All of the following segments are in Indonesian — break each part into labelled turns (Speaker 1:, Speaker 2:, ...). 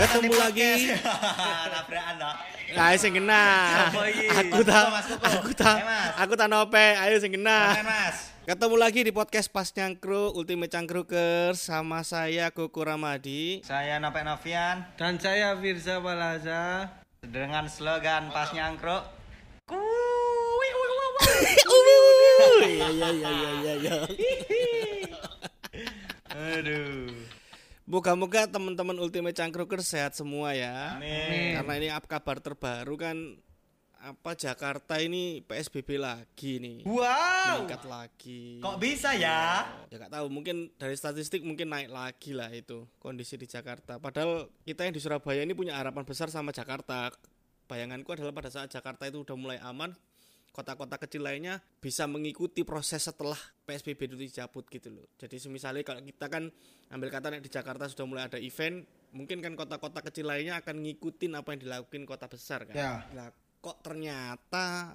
Speaker 1: ketemu lagi.
Speaker 2: Tabrakan loh.
Speaker 1: Nah, sing kena.
Speaker 2: Apa iki?
Speaker 1: Aku
Speaker 2: Mas
Speaker 1: tak
Speaker 2: Koko, Mas Koko.
Speaker 1: aku tak
Speaker 2: Eh, Mas.
Speaker 1: aku tak nope. Ayo sing
Speaker 2: Oke,
Speaker 1: kena.
Speaker 2: Mas.
Speaker 1: Ketemu lagi di podcast Pas Nyangkru Ultimate Cangkruker sama saya Koko Ramadi.
Speaker 2: Saya Nopek Novian
Speaker 3: Dan saya Firza Balaza.
Speaker 2: dengan slogan pas nyangkruk.
Speaker 1: Iya iya iya iya iya. iya.
Speaker 2: Aduh.
Speaker 1: Moga-moga teman-teman Ultimate Cangkruker sehat semua ya.
Speaker 2: Amin.
Speaker 1: Karena ini up kabar terbaru kan apa Jakarta ini PSBB lagi nih.
Speaker 2: Wow.
Speaker 1: Meningkat lagi.
Speaker 2: Kok bisa ya?
Speaker 1: ya nggak tahu mungkin dari statistik mungkin naik lagi lah itu kondisi di Jakarta padahal kita yang di Surabaya ini punya harapan besar sama Jakarta bayanganku adalah pada saat Jakarta itu udah mulai aman kota-kota kecil lainnya bisa mengikuti proses setelah PSBB itu dicabut gitu loh jadi misalnya kalau kita kan ambil kata nek di Jakarta sudah mulai ada event mungkin kan kota-kota kecil lainnya akan ngikutin apa yang dilakuin kota besar kan
Speaker 3: Ya.
Speaker 1: Lah, kok ternyata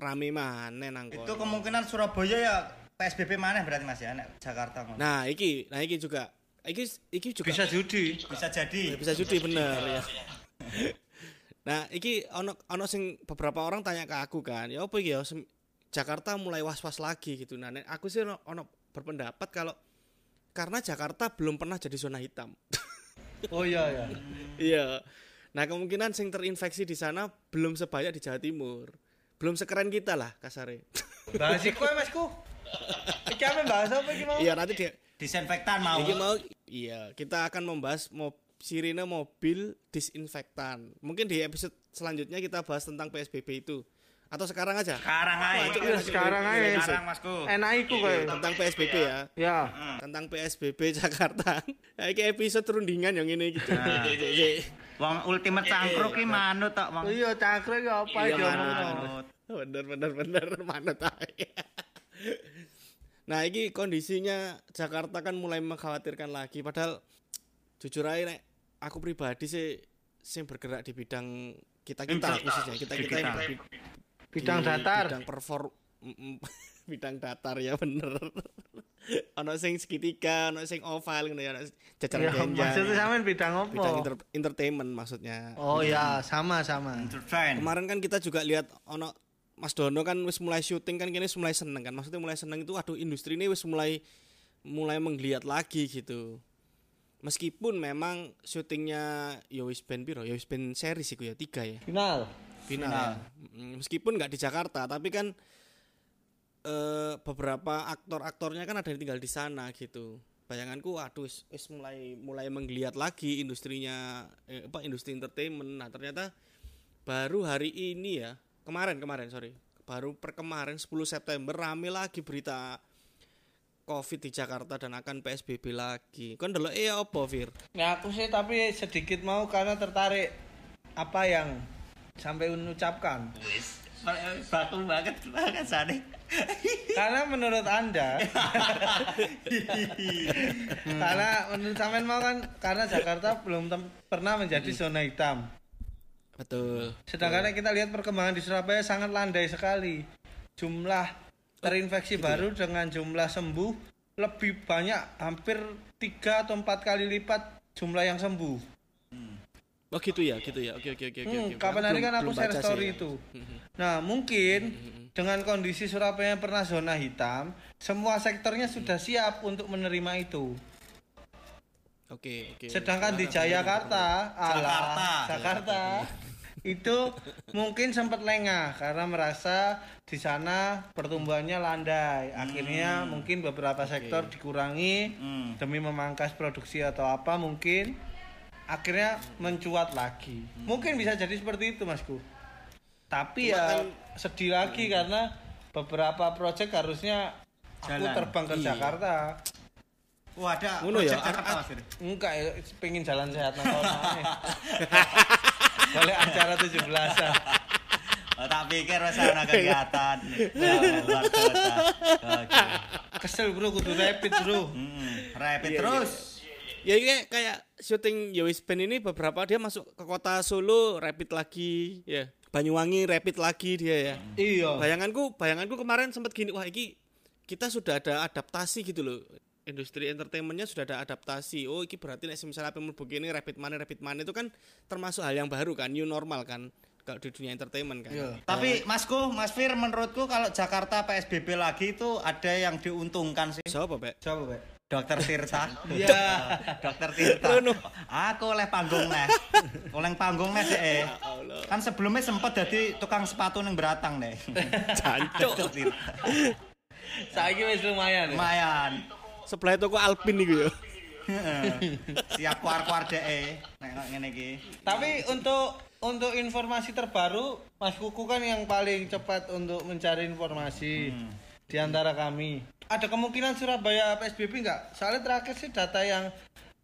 Speaker 1: rame mana nang
Speaker 2: Itu
Speaker 1: kono.
Speaker 2: kemungkinan Surabaya ya PSBB mana berarti Mas ya? Nek Jakarta ngono.
Speaker 1: Nah, iki, nah iki juga. Iki iki juga
Speaker 3: Bisa judi.
Speaker 2: Bisa jadi.
Speaker 1: bisa judi bener ya. Nah, iki ono ono sing beberapa orang tanya ke aku kan, ya apa iki ya sem- Jakarta mulai was-was lagi gitu. Nah, nek aku sih ono, ono berpendapat kalau karena Jakarta belum pernah jadi zona hitam.
Speaker 3: Oh iya ya.
Speaker 1: Iya. Nah, kemungkinan sing terinfeksi di sana belum sebanyak di Jawa Timur. Belum sekeren kita lah kasare.
Speaker 3: Bahas iku ya, Masku. Iki apa bahas apa iki mau?
Speaker 1: iya, nanti dia
Speaker 2: Disinfektan mau.
Speaker 1: Iki mau iya, kita akan membahas mob, sirine mobil disinfektan. Mungkin di episode selanjutnya kita bahas tentang PSBB itu. Atau sekarang aja
Speaker 2: Sekarang aja.
Speaker 3: Iya, sekarang aja.
Speaker 2: Sekarang Masku.
Speaker 3: Enak
Speaker 1: Iya,
Speaker 3: iku kowe.
Speaker 1: tentang PSBB ya.
Speaker 3: Ya.
Speaker 1: Tentang PSBB Jakarta. Ya, iki episode rundingan yang ini gitu.
Speaker 3: Nah.
Speaker 2: Wong ultimate cangkruk ki manut tok wong.
Speaker 3: Iya, cakre ya apa iki
Speaker 2: iya, kan.
Speaker 3: omongno.
Speaker 2: Manut.
Speaker 1: bener bener bener manut ae. Nah, ini kondisinya Jakarta kan mulai mengkhawatirkan lagi padahal jujur aja nek aku pribadi sih sing bergerak di bidang kita-kita khususnya kita-kita yang
Speaker 2: Kita.
Speaker 1: berbi- di
Speaker 3: Bidang datar.
Speaker 1: bidang perform mm, mm, bidang datar ya bener ono sing segitiga ono sing oval ngono ya ono sing jajaran
Speaker 3: Ya,
Speaker 1: genjang
Speaker 3: maksudnya sampean bidang
Speaker 1: bidang
Speaker 3: opo?
Speaker 1: inter- entertainment maksudnya
Speaker 3: Oh ya,
Speaker 2: Hmm.
Speaker 3: sama-sama.
Speaker 2: Entertain.
Speaker 1: kemarin kan kita juga lihat ono Mas Dono kan wis mulai syuting kan kini wis mulai seneng kan maksudnya mulai seneng itu aduh industri ini wis mulai mulai menggeliat lagi gitu meskipun memang syutingnya ya wis ben piro ya wis ben series iku ya tiga ya
Speaker 3: Final.
Speaker 1: final, ya. Mm, meskipun nggak di Jakarta tapi kan eh, beberapa aktor-aktornya kan ada yang tinggal di sana gitu bayanganku aduh wis wis mulai mulai menggeliat lagi industrinya eh, apa industri entertainment nah ternyata baru hari ini ya kemarin kemarin sorry baru perkemarin 10 September rame lagi berita covid di Jakarta dan akan PSBB lagi kan dulu eh apa Fir
Speaker 3: Nah, aku sih tapi sedikit mau karena tertarik apa yang sampai ucapkan.
Speaker 2: Batu banget banget sane.
Speaker 3: Karena menurut Anda Karena menurut sampean mau kan karena Jakarta belum tem- pernah menjadi zona hitam.
Speaker 1: betul
Speaker 3: Sedangkan kita lihat perkembangan di Surabaya sangat landai sekali. Jumlah terinfeksi
Speaker 1: Gitu
Speaker 3: baru
Speaker 1: ya.
Speaker 3: dengan jumlah sembuh lebih banyak hampir 3 atau 4 kali lipat jumlah yang sembuh.
Speaker 1: oh gitu ya gitu ya oke oke oke oke
Speaker 3: Hmm,
Speaker 1: oke.
Speaker 3: kapan hari
Speaker 1: belum-
Speaker 3: kan aku
Speaker 1: belum
Speaker 3: share
Speaker 1: baca sih ya.
Speaker 3: story
Speaker 1: Hmm,
Speaker 3: itu. Nah, mungkin dengan kondisi Surabaya yang pernah zona hitam, semua sektornya sudah
Speaker 1: Hmm.
Speaker 3: siap untuk menerima itu.
Speaker 1: Oke, oke.
Speaker 3: Sedangkan di
Speaker 2: Jakarta.
Speaker 3: Jakarta, ala Jakarta itu mungkin sempat lengah karena merasa di sana pertumbuhannya landai. Akhirnya mungkin beberapa sektor dikurangi
Speaker 2: Hmm.
Speaker 3: demi memangkas produksi atau apa mungkin akhirnya mencuat lagi.
Speaker 2: Hmm.
Speaker 3: Mungkin bisa jadi seperti itu, Masku. Tapi ya
Speaker 2: kan
Speaker 3: sedih lagi
Speaker 2: Hmm.
Speaker 3: karena beberapa proyek harusnya aku
Speaker 2: Jalan. Iya.
Speaker 3: terbang ke Jakarta.
Speaker 2: Wah, ada
Speaker 1: Ngono ya,
Speaker 2: project Jakarta
Speaker 1: a- a-
Speaker 2: Mas. Fir.
Speaker 3: Enggak, ya, pengen jalan sehat nang kono ae. Boleh acara 17-an.
Speaker 2: Oh, tak pikir wis ana kegiatan. Wah, luar biasa. Oke.
Speaker 3: Kesel bro, kudu rapid bro.
Speaker 2: Hmm, rapid
Speaker 1: Iya,
Speaker 2: terus.
Speaker 1: Ya ini kayak- kayak syuting Yowis Band ini beberapa dia masuk ke kota Solo rapid lagi, ya. Banyuwangi rapid lagi dia ya.
Speaker 3: Iya.
Speaker 1: Bayanganku, bayanganku kemarin sempat gini, wah iki kita sudah ada adaptasi gitu loh. industri entertainmentnya sudah ada adaptasi oh iki berarti nek misalnya apa begini rapid money rapid money itu kan termasuk hal yang baru kan new normal kan kalau di dunia entertainment kan
Speaker 3: Iya.
Speaker 2: Tapi Masku, Mas Fir menurutku kalau Jakarta PSBB lagi itu ada yang diuntungkan sih.
Speaker 1: siapa Pak?
Speaker 3: Coba, Pak.
Speaker 2: Dokter Tirta.
Speaker 3: Iya.
Speaker 2: Dokter Tirta.
Speaker 1: Lu, no.
Speaker 2: Aku oleh panggung nih. Oleh panggung nih sih.
Speaker 1: Allah.
Speaker 2: Kan sebelumnya sempat jadi tukang sepatu yang beratang nih.
Speaker 1: Jancuk.
Speaker 2: Dokter Tirta.
Speaker 3: Saiki wis lumayan. ya?
Speaker 2: Lumayan.
Speaker 1: sebelah toko Alpin nih ya
Speaker 2: Heeh. Siap kuar-kuar deh. Nek nek ngene iki.
Speaker 3: Tapi untuk untuk informasi terbaru, Mas Kuku kan yang paling cepat untuk mencari informasi di antara kami. Ada kemungkinan Surabaya PSBB nggak? Soalnya terakhir sih data yang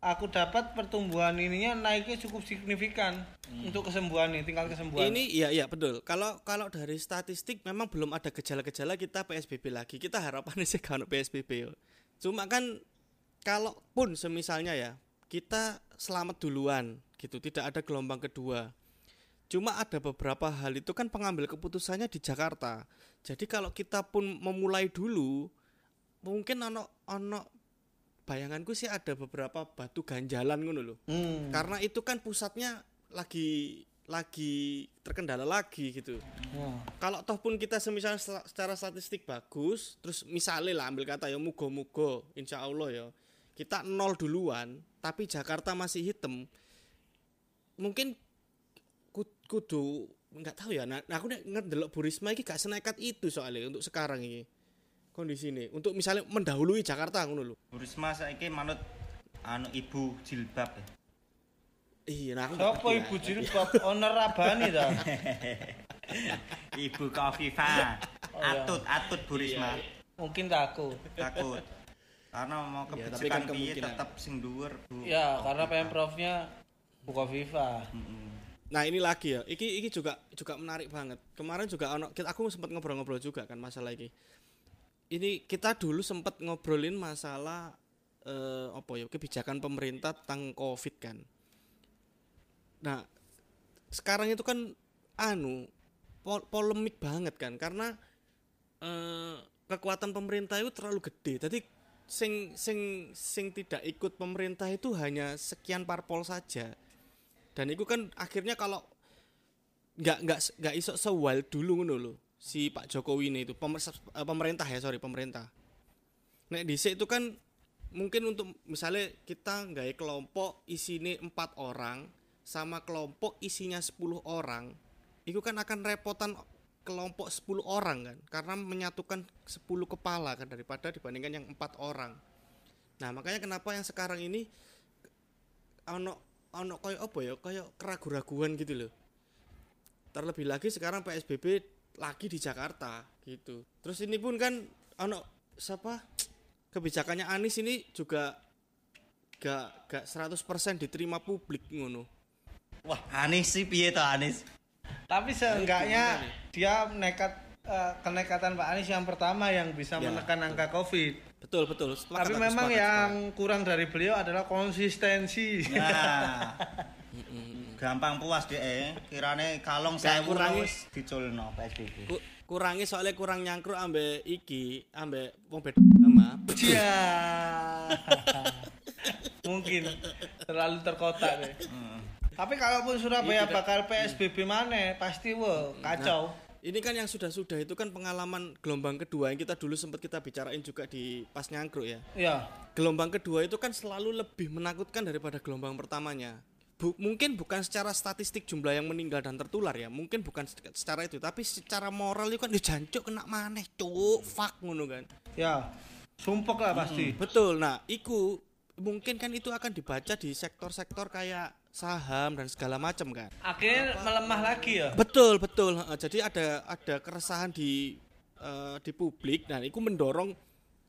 Speaker 3: aku dapat pertumbuhan ininya naiknya cukup signifikan untuk kesembuhan nih, tingkat kesembuhan.
Speaker 1: ini iya iya betul kalau kalau dari statistik memang belum ada gejala-gejala kita PSBB lagi kita harapannya sih kalau PSBB yo. cuma kan kalaupun semisalnya ya kita selamat duluan gitu tidak ada gelombang kedua cuma ada beberapa hal itu kan pengambil keputusannya di Jakarta jadi kalau kita pun memulai dulu mungkin ono ono bayanganku sih ada beberapa batu ganjalan ngono loh
Speaker 3: Hmm.
Speaker 1: karena itu kan pusatnya lagi lagi terkendala lagi gitu.
Speaker 3: Wah.
Speaker 1: Kalau toh pun kita semisal sel- secara statistik bagus, terus misalnya lah ambil kata ya mugo-mugo, insya Allah ya kita nol duluan, tapi Jakarta masih hitam, mungkin ku- kudu nggak tahu ya. Nah, aku nek ngedelok Burisma ini gak senekat itu soalnya untuk sekarang ini kondisi ini. Untuk misalnya mendahului Jakarta ngono lho.
Speaker 2: Bu Risma saiki manut anu ibu jilbab. eh. ya.
Speaker 1: Iya, nah aku nggak
Speaker 3: Sopo
Speaker 1: ngerti lah.
Speaker 3: ibu jilbab owner Rabani ta?
Speaker 2: Ibu Kofifa.
Speaker 1: Oh,
Speaker 2: Atut, atut Bu Risma.
Speaker 3: Mungkin takut.
Speaker 2: Takut. Karena mau
Speaker 1: Ya, tapi
Speaker 2: kebijakan
Speaker 1: kan
Speaker 2: piye
Speaker 1: kemungkinan.
Speaker 2: tetap sing dhuwur. Bu.
Speaker 3: Ya, karena Pemprovnya buka Viva.
Speaker 2: Mm-mm.
Speaker 1: Nah ini lagi ya, iki iki juga juga menarik banget. Kemarin juga ono, kita- aku sempat ngobrol-ngobrol juga kan masalah iki. Ini kita dulu sempat ngobrolin masalah eh, apa ya kebijakan pemerintah tentang covid kan. Nah sekarang itu kan anu pol- polemik banget kan karena eh, kekuatan pemerintah itu terlalu gede. Jadi sing sing sing tidak ikut pemerintah itu hanya sekian parpol saja dan itu kan akhirnya kalau nggak nggak nggak iso sewal dulu ngono lho si Pak Jokowi ini itu Pemer- eh, pemerintah ya sorry pemerintah nek dhisik itu kan mungkin untuk misalnya kita nggak kelompok isine empat orang sama kelompok isinya 10 orang itu kan akan repotan kelompok 10 orang kan karena menyatukan 10 kepala kan daripada dibandingkan yang empat orang nah makanya kenapa yang sekarang ini ono ono koyo apa ya koyo keraguan-raguan gitu loh terlebih lagi sekarang PSBB lagi di Jakarta gitu terus ini pun kan ono siapa kebijakannya Anies ini juga gak gak 100% diterima publik ngono
Speaker 2: Wah, Anis sih piye to Anis?
Speaker 3: Tapi
Speaker 1: Iya,
Speaker 3: seenggaknya dia nekat eh, kenekatan Pak Anies yang pertama yang bisa
Speaker 1: Ya,
Speaker 3: menekan angka Covid.
Speaker 1: betul betul sepakat
Speaker 3: Tapi
Speaker 1: aku,
Speaker 3: memang
Speaker 1: sepakat,
Speaker 3: yang kurang dari beliau adalah konsistensi.
Speaker 1: Iya,
Speaker 2: Nah. Gampang puas deh, kirane kalong saya
Speaker 1: kurangi.
Speaker 2: wis diculno
Speaker 1: sepakat.
Speaker 2: PSBB.
Speaker 1: Ku- kurangi soalnya kurang nyangkruk ambe iki ambe wong beda agama.
Speaker 3: Iya. Mungkin terlalu terkotak deh.
Speaker 1: Hmm.
Speaker 3: Tapi kalaupun
Speaker 1: Iya,
Speaker 3: Surabaya bakal PSBB mana, pasti wah
Speaker 1: Hmm.
Speaker 3: kacau.
Speaker 1: Ini kan yang sudah-sudah itu kan pengalaman gelombang kedua yang kita dulu sempat kita bicarain juga di pas nyangkruk ya.
Speaker 3: Ya,
Speaker 1: Gelombang kedua itu kan selalu lebih menakutkan daripada gelombang pertamanya. Bu- mungkin bukan secara statistik jumlah yang meninggal dan tertular ya, mungkin bukan se- secara itu, tapi secara moral itu kan dijancuk kena maneh, cuk, fuck ngono kan.
Speaker 3: ya. Sumpek lah pasti.
Speaker 1: Betul. Nah, iku mungkin kan itu akan dibaca di sektor-sektor kayak saham dan segala macam kan.
Speaker 3: Akhirnya melemah lagi ya.
Speaker 1: Betul, betul. Heeh, Jadi ada ada keresahan di eh, di publik dan itu mendorong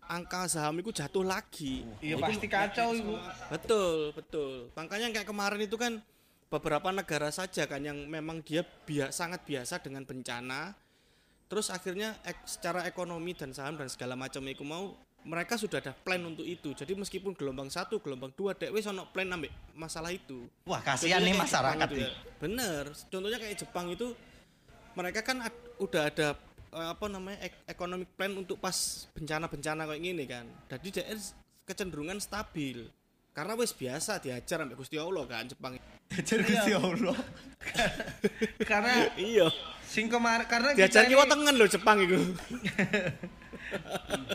Speaker 1: angka saham itu jatuh lagi.
Speaker 3: Iya pasti kacau ibu.
Speaker 1: Betul, betul. Makanya kayak kemarin itu kan beberapa negara saja kan yang memang dia bia- sangat biasa dengan bencana. Terus akhirnya ek- secara ekonomi dan saham dan segala macam itu mau mereka sudah ada plan untuk itu. Jadi meskipun gelombang satu, gelombang dua, dek wis ono plan ambek masalah itu.
Speaker 2: Wah,
Speaker 1: Contohnya
Speaker 2: kasihan nih
Speaker 1: kayak
Speaker 2: masyarakat
Speaker 1: Jepang itu
Speaker 2: nih.
Speaker 1: ya. Bener. Contohnya kayak Jepang itu mereka kan ad- udah ada eh, apa namanya ek- economic plan untuk pas bencana-bencana kayak gini kan. Jadi dia kecenderungan stabil karena wis biasa diajar sampai Gusti Allah kan Jepang
Speaker 2: Jadi Gusti Allah.
Speaker 3: karena
Speaker 1: iya
Speaker 3: sing kemar- karena
Speaker 1: diajar
Speaker 3: kita
Speaker 1: kiwa
Speaker 3: ini-
Speaker 1: tengen loh Jepang itu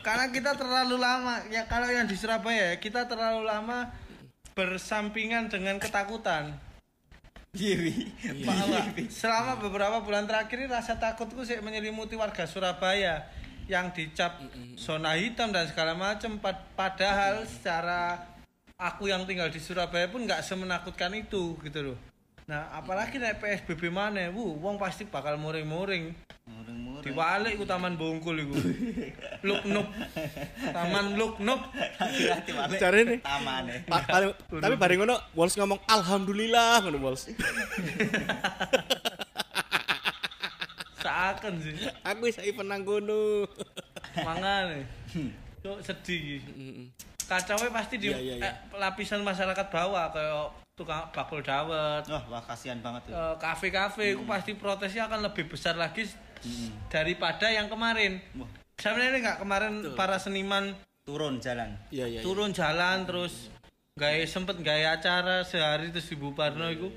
Speaker 3: karena kita terlalu lama ya kalau yang di Surabaya ya, kita terlalu lama bersampingan dengan ketakutan
Speaker 2: Iya, Wi.
Speaker 3: Paham nggak? Selama beberapa bulan terakhir ini rasa takutku sih menyelimuti warga Surabaya yang dicap zona hitam dan segala macam. Pad- Padahal secara aku yang tinggal di Surabaya pun nggak semenakutkan itu gitu loh. Nah, apalagi naik PSBB mana, ya? wuh, wong pasti bakal muring-muring.
Speaker 2: Murung-murung.
Speaker 3: Diwalik ku Taman Bungkul iku. Luknup. Taman Luknup.
Speaker 2: Hati-hati balik.
Speaker 1: Cari nih.
Speaker 2: Tamane.
Speaker 1: Pa- paling- tapi bareng ngono Walls ngomong alhamdulillah ngono Walls
Speaker 3: Seakan sih.
Speaker 1: aku saya penang kono
Speaker 3: Mangane. Cuk sedih. iki.
Speaker 1: Mm-mm.
Speaker 3: kacaunya pasti di
Speaker 1: Iya, iya, iya.
Speaker 3: eh, lapisan masyarakat bawah kayak tukang bakul dawet
Speaker 2: Wah, wah kasihan banget tuh.
Speaker 3: eh, kafe-kafe itu pasti protesnya akan lebih besar lagi s- daripada yang kemarin
Speaker 2: Wah,
Speaker 3: sebenarnya ini nggak kemarin para seniman
Speaker 2: turun jalan.
Speaker 1: iya iya
Speaker 3: turun jalan terus gaya sempet gaya acara sehari terus dibubarno itu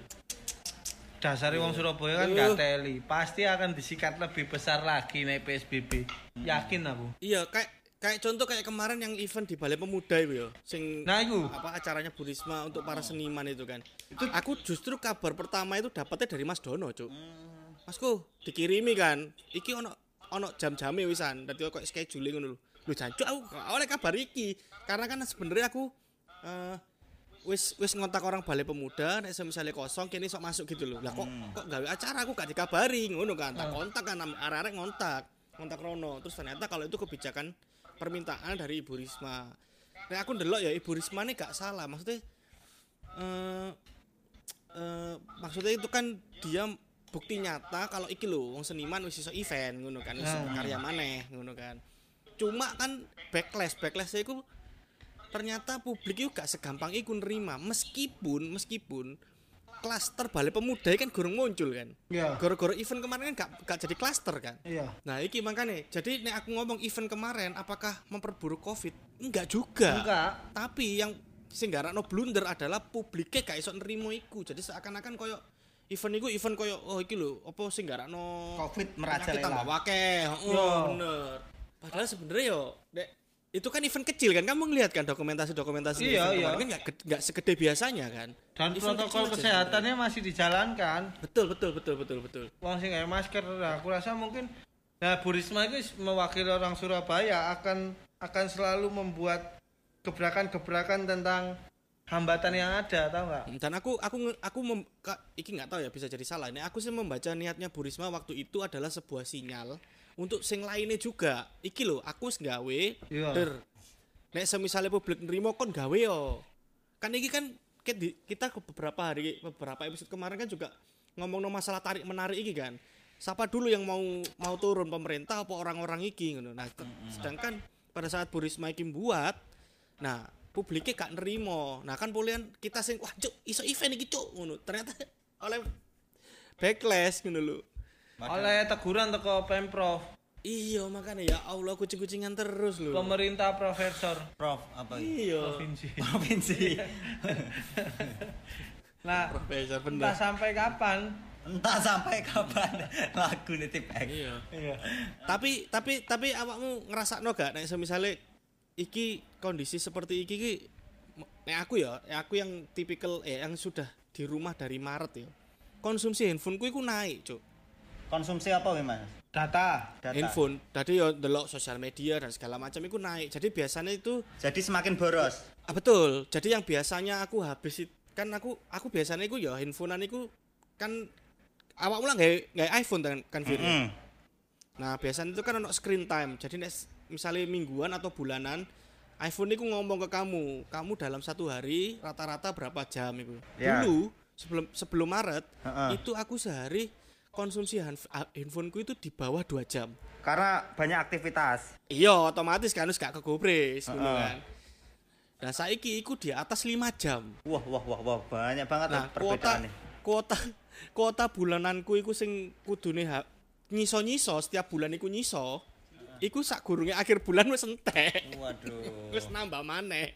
Speaker 3: dasari wong Surabaya kan gak teli pasti akan disikat lebih besar lagi naik PSBB yakin aku
Speaker 1: iya kayak kayak contoh kayak kemarin yang event di Balai Pemuda itu ya sing
Speaker 3: nah itu
Speaker 1: apa acaranya Bu Risma untuk para seniman itu kan. Aku justru kabar pertama itu dapatnya dari Mas Dono, Cuk. Masku dikirimi kan. Iki ono ono jam-jame wisan. Dadi kok schedule ngono lho. Lho jancuk aku gak oleh kabar iki. Karena kan sebenarnya aku eh wis wis ngontak orang Balai Pemuda nek misalnya kosong kene sok masuk gitu loh. Lah kok kok gawe acara aku gak dikabari ngono kan. Tak kontak kan am- arek-arek ngontak. Kontak Rono. Terus ternyata kalau itu kebijakan permintaan dari Ibu Risma. Nek aku ndelok ya Ibu Risma ini gak salah. Maksudnya eh eh, maksudnya itu kan dia bukti nyata kalau iki lho wong seniman wis iso event ngono kan, wis
Speaker 3: Hmm.
Speaker 1: iso karya maneh ngono kan. Cuma kan backlash, backlash iku ternyata publik itu gak segampang iku nerima meskipun meskipun klaster balik pemuda kan gorong muncul kan.
Speaker 3: Iya.
Speaker 1: Goro-goro event kemarin kan gak, gak jadi klaster kan.
Speaker 3: iya
Speaker 1: Nah, iki makanya. Jadi nek aku ngomong event kemarin apakah memperburuk Covid? Enggak juga.
Speaker 3: Enggak.
Speaker 1: Tapi yang sing garakno blunder adalah publiknya gak iso nerimo iku. Jadi seakan-akan koyo event iku event koyo oh iki lho, apa sing garakno
Speaker 2: Covid
Speaker 1: penyakit tambah
Speaker 2: merajalela.
Speaker 1: wakeh.
Speaker 3: Yo.
Speaker 1: Oh, bener. Padahal sebenarnya yo Dek, itu kan event kecil kan kamu ngelihat kan dokumentasi-dokumentasi event
Speaker 3: Iya, iya.
Speaker 1: kemarin kan nggak ged- nggak segede biasanya kan
Speaker 3: dan
Speaker 1: Event
Speaker 3: protokol
Speaker 1: kecil aja
Speaker 3: kesehatannya masih dijalankan
Speaker 1: sebenarnya. betul betul betul betul betul
Speaker 3: wong sing nggak masker nah, aku rasa mungkin nah Bu Risma itu mewakili orang Surabaya akan akan selalu membuat gebrakan-gebrakan tentang hambatan yang ada tahu nggak
Speaker 1: Hmm, dan aku aku nge- aku mem, ka- iki nggak tahu ya bisa jadi salah ini aku sih membaca niatnya Bu Risma waktu itu adalah sebuah sinyal untuk sing lainnya juga iki loh aku nggawe
Speaker 3: Iya.
Speaker 1: der nek semisalnya publik nerimo kon gawe yo kan iki kan ket di- kita ke beberapa hari beberapa episode kemarin kan juga ngomong masalah tarik menarik iki kan siapa dulu yang mau mau turun pemerintah apa orang-orang iki ngono nah ke- sedangkan pada saat Bu Risma iki buat Nah, publiknya gak nerimo. Nah, kan polian kita sing wah cuk iso event iki cuk ngono. Ternyata oleh backlash ngono lho.
Speaker 3: oleh teguran teko pemprov
Speaker 1: Iya, makanya ya Allah kucing-kucingan terus lho.
Speaker 3: pemerintah profesor
Speaker 2: Prof apa?
Speaker 1: Iya.
Speaker 3: provinsi
Speaker 2: Provinsi.
Speaker 3: nah
Speaker 1: Profesor
Speaker 3: entah
Speaker 1: bener.
Speaker 3: sampai kapan
Speaker 2: Entah sampai kapan lagu nitip ek.
Speaker 1: Iya.
Speaker 3: iya
Speaker 1: Tapi tapi tapi awakmu ngerasakno gak nek misalnya iki kondisi seperti iki ki nek aku ya, nek aku yang tipikal eh yang sudah di rumah dari Maret ya. Konsumsi handphoneku iku naik, Cuk.
Speaker 2: Konsumsi apa Wi, Mas?
Speaker 3: data
Speaker 2: Data.
Speaker 1: Handphone. Tadi ya delok sosial media dan segala macam iku naik. Jadi biasanya itu
Speaker 2: Jadi semakin boros.
Speaker 1: Ah, betul. Jadi yang biasanya aku habis it- kan aku aku biasanya iku ya handphonean iku kan awak ulang nggak nggak iPhone kan kan Fir?
Speaker 2: Hmm.
Speaker 1: Nah biasanya itu kan ono screen time. Jadi nek s- misalnya mingguan atau bulanan iPhone iku ngomong ke kamu, kamu dalam satu hari rata-rata berapa jam itu?
Speaker 2: Ya.
Speaker 1: Dulu sebelum sebelum Maret
Speaker 2: Heeh.
Speaker 1: itu aku sehari konsumsi handf- ah, handphoneku itu di bawah dua jam.
Speaker 2: Karena banyak aktivitas.
Speaker 1: Iya, otomatis kan wis gak kegobres ngono
Speaker 2: Heeh.
Speaker 1: kan. Nah saiki iku di atas 5 jam.
Speaker 2: Wah, wah, wah, wah, banyak banget
Speaker 1: Nah,
Speaker 2: lah
Speaker 1: kuota
Speaker 2: perbedaannya.
Speaker 1: kuota kuota bulananku iku sing kudune ha- nyiso-nyiso setiap bulan iku nyiso. Iku sak gurunge akhir bulan wis entek.
Speaker 2: Waduh.
Speaker 1: Wis nambah maneh.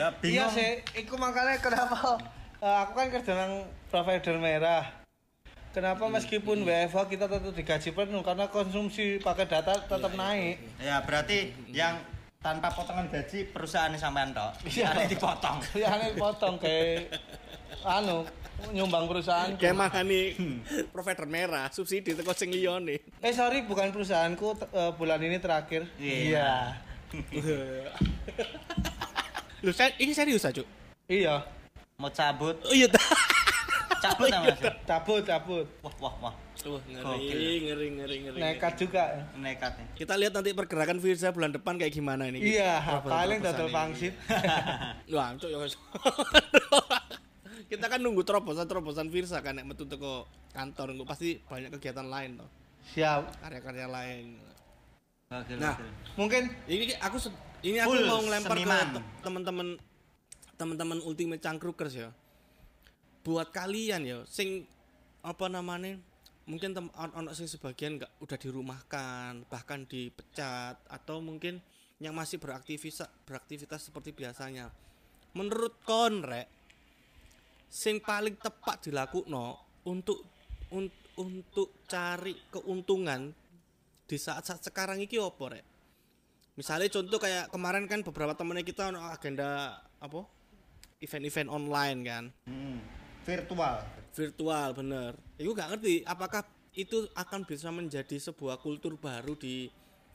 Speaker 2: Ya,
Speaker 3: Iya
Speaker 2: bingung.
Speaker 3: sih, itu makanya kenapa eh, aku kan kerja nang provider merah. Kenapa meskipun WFH kita tetap digaji penuh karena konsumsi pakai data tetap naik.
Speaker 2: Ya, berarti yang tanpa potongan gaji perusahaannya sampean tok. Iya, dipotong.
Speaker 3: Kelihatannya Ya, potong kayak anu nyumbang perusahaan.
Speaker 1: Kayak mahani provider merah subsidi teko sing liyane.
Speaker 3: Eh sorry, bukan perusahaanku t- eh, bulan ini terakhir.
Speaker 2: Iya.
Speaker 1: Lho, saya ini serius aja, Cuk.
Speaker 3: Iya.
Speaker 2: Mau cabut,
Speaker 1: Oh iya. ta.
Speaker 2: cabut ta Mas?
Speaker 3: Cabut, cabut.
Speaker 2: Wah, wah, wah.
Speaker 1: Wah, iya,
Speaker 2: Gokil.
Speaker 1: ngeri, ngeri, ngeri, ngeri.
Speaker 3: Nekat juga.
Speaker 2: Nekat nih.
Speaker 1: Kita lihat nanti pergerakan Firza bulan depan kayak gimana ini.
Speaker 3: Iya,
Speaker 1: Apa- apa
Speaker 3: paling dodol
Speaker 1: pesannya ini.
Speaker 3: pangsit.
Speaker 1: Wah, Cuk, ya wes. Kita kan nunggu terobosan-terobosan Firza kan nek metu teko kantor nunggu pasti banyak kegiatan lain toh.
Speaker 3: Siap.
Speaker 1: Karya-karya lain.
Speaker 2: Gokil,
Speaker 1: Nah.
Speaker 2: gokil.
Speaker 3: Mungkin
Speaker 1: ini aku se- ini aku
Speaker 2: Full
Speaker 1: mau ngelempar
Speaker 2: seniman.
Speaker 1: ke te- teman-teman teman-teman ultimate cangkrukers ya buat kalian ya sing apa namanya mungkin tem on- ono sing sebagian nggak udah dirumahkan bahkan dipecat atau mungkin yang masih beraktivitas beraktivitas seperti biasanya menurut kon rek sing paling tepat dilakukan untuk un- untuk cari keuntungan di saat-saat sekarang iki opo rek misalnya contoh kayak kemarin kan beberapa temennya kita ono agenda apa event-event online kan
Speaker 2: Hmm. Virtual.
Speaker 1: virtual bener itu gak ngerti apakah itu akan bisa menjadi sebuah kultur baru di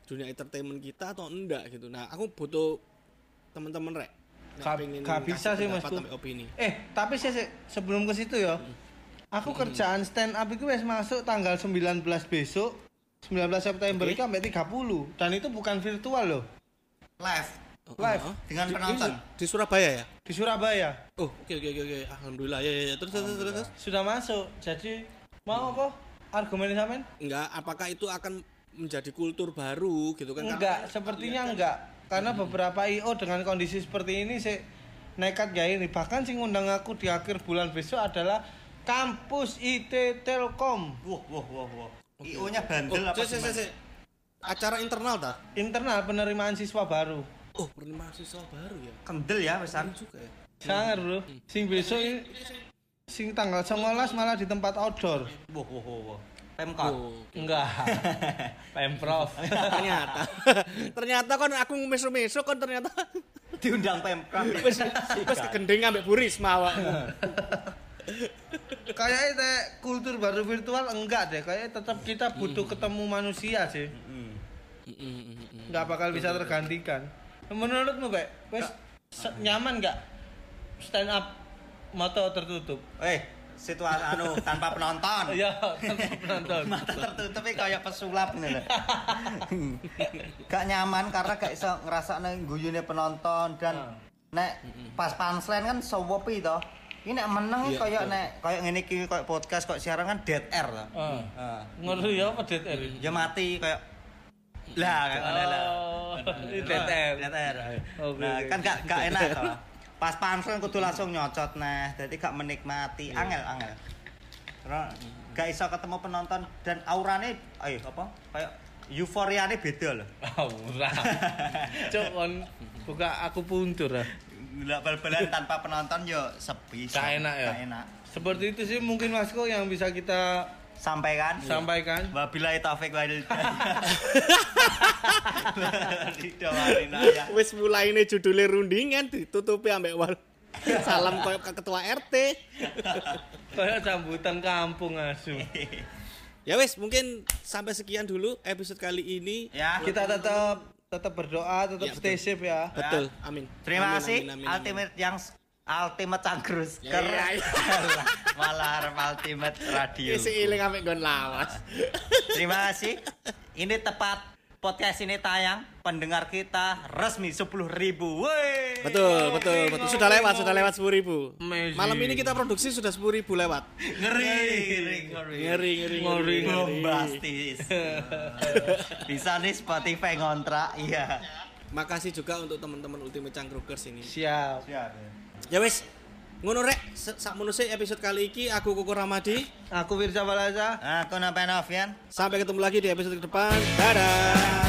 Speaker 1: dunia entertainment kita atau enggak gitu nah aku butuh temen-temen rek Nek
Speaker 3: Gak-
Speaker 1: pengen
Speaker 3: gak
Speaker 1: kasih
Speaker 3: bisa sih,
Speaker 1: pendapat
Speaker 3: Masku.
Speaker 1: sampai opini Hmm.
Speaker 3: eh tapi sih sih, sebelum ke situ ya. Aku kerjaan stand up itu wes masuk tanggal 19 besok. 19 September
Speaker 1: Oke.
Speaker 3: itu sampai 30 dan itu bukan virtual loh.
Speaker 2: Live.
Speaker 3: Live.
Speaker 1: Heeh.
Speaker 2: Dengan
Speaker 1: Di-
Speaker 2: penonton.
Speaker 1: ini di Surabaya ya
Speaker 3: Di Surabaya
Speaker 1: oh oke oke oke oke. alhamdulillah ya ya, ya. terus terus terus terus.
Speaker 3: sudah masuk. Jadi mau apa? Argumennya sampean?
Speaker 1: enggak apakah itu akan menjadi kultur baru gitu kan Karena- Hmm.
Speaker 3: Enggak, sepertinya enggak. Karena beberapa IO dengan kondisi seperti ini sih nekat gaya ini. Bahkan sing ngundang aku di akhir bulan besok adalah kampus IT Telkom
Speaker 2: Wah, wah, wah, wah. IO-nya bandel
Speaker 1: oh,
Speaker 2: apa
Speaker 1: sih, sih,
Speaker 2: gimana?
Speaker 1: sih, sih. acara internal ta
Speaker 3: internal penerimaan siswa baru.
Speaker 1: Oh, pernah mahasiswa baru ya?
Speaker 2: Kendel ya pesan.
Speaker 1: Ini juga ya?
Speaker 3: Sangar, Bro. Sing besok i- sing tanggal 19 malah di tempat outdoor.
Speaker 2: Wah, wah, wah, wah. Pemkot.
Speaker 1: Oh,
Speaker 3: Enggak. Pemprov.
Speaker 1: ternyata. ternyata kan aku mesu-mesu kan ternyata
Speaker 2: Diundang Pemkot.
Speaker 1: wis
Speaker 2: Iya, kan?
Speaker 1: wis kegendeng ambek Buris mawak.
Speaker 3: Kayaknya teh kultur baru virtual enggak deh. Kayaknya tetap kita butuh ketemu manusia sih.
Speaker 2: Hmm. mm.
Speaker 3: nggak bakal bisa tergantikan menurutmu Pak, wes se- nyaman nggak stand up mata tertutup
Speaker 2: Eh, situasi anu tanpa penonton.
Speaker 1: Iya.
Speaker 3: ya tanpa penonton
Speaker 2: mata tertutup iki kayak pesulap ngono lho. gak nyaman karena gak iso ngrasakne guyune penonton dan
Speaker 1: Hmm.
Speaker 2: nek pas punchline kan sewopi to. Ini nek meneng
Speaker 1: Iya,
Speaker 2: kayak
Speaker 1: betul.
Speaker 2: nek kayak ngene iki kayak podcast kayak siaran kan dead air to.
Speaker 1: Hmm.
Speaker 3: Ah.
Speaker 2: Ah.
Speaker 3: ngeri ya apa DTR
Speaker 2: Ya mati kayak lah
Speaker 1: Hmm.
Speaker 2: kayak ngono lho.
Speaker 3: Oh, ini DTR
Speaker 2: Dead air.
Speaker 3: Oke,
Speaker 2: Nah,
Speaker 3: oke.
Speaker 2: kan gak gak enak to. Pas punchline kudu langsung nyocot nah, jadi gak menikmati
Speaker 3: Iya.
Speaker 2: angel-angel. Karena gak iso ketemu penonton dan aurane ayo apa? Kayak euforiane beda lho.
Speaker 3: murah cok kon buka aku puntur ah.
Speaker 2: Nggak bal-balan tanpa penonton yo sepi.
Speaker 3: Gak enak ya?
Speaker 2: Gak enak.
Speaker 3: seperti itu sih mungkin masku yang bisa kita
Speaker 2: Sampaikan.
Speaker 3: Iya.
Speaker 1: Iya.
Speaker 3: sampaikan
Speaker 2: Wabillahi taufik wal hidayah. Ridho warin
Speaker 1: Ya.
Speaker 2: ayah.
Speaker 1: Wis mulaine judule rundingan ditutupi ambek wal. Salam koyok ke ketua RT.
Speaker 3: kayak sambutan kampung asu
Speaker 1: Ya wis, mungkin sampai sekian dulu episode kali ini.
Speaker 2: Ya.
Speaker 3: kita tetap tetap berdoa tetap
Speaker 1: Ya,
Speaker 3: stay safe ya
Speaker 1: Betul. Amin.
Speaker 2: Terima
Speaker 1: Amin,
Speaker 2: kasih
Speaker 1: amin, amin, amin.
Speaker 2: Ultimate yang Ultimate Cangkrus.
Speaker 1: Ya, iya,
Speaker 2: Keren.
Speaker 1: iya.
Speaker 2: Malah harap Ultimate Radio.
Speaker 1: Isi iling ambek gon lawas.
Speaker 2: Terima kasih. Ini tepat podcast ini tayang pendengar kita resmi 10.000. ribu.
Speaker 1: Betul, betul, betul. Sudah lewat, sudah lewat 10.000.
Speaker 3: Amazing.
Speaker 1: Malam ini kita produksi sudah 10.000 lewat.
Speaker 2: Ngeri, ngeri, ngeri.
Speaker 1: Ngeri, ngeri, ngeri. ngeri.
Speaker 2: bombastis. Bisa nih Spotify ngontrak, iya.
Speaker 1: Makasih juga untuk teman-teman Ultimate Cangkrukers ini.
Speaker 3: siap
Speaker 1: Ya wes, ngono rek, se- sak menuse episode kali ini aku Kuku Ramadi.
Speaker 3: Aku Firza Balaza.
Speaker 2: Aku Napen Afian.
Speaker 1: Sampai ketemu lagi di episode ke depan. Dadah.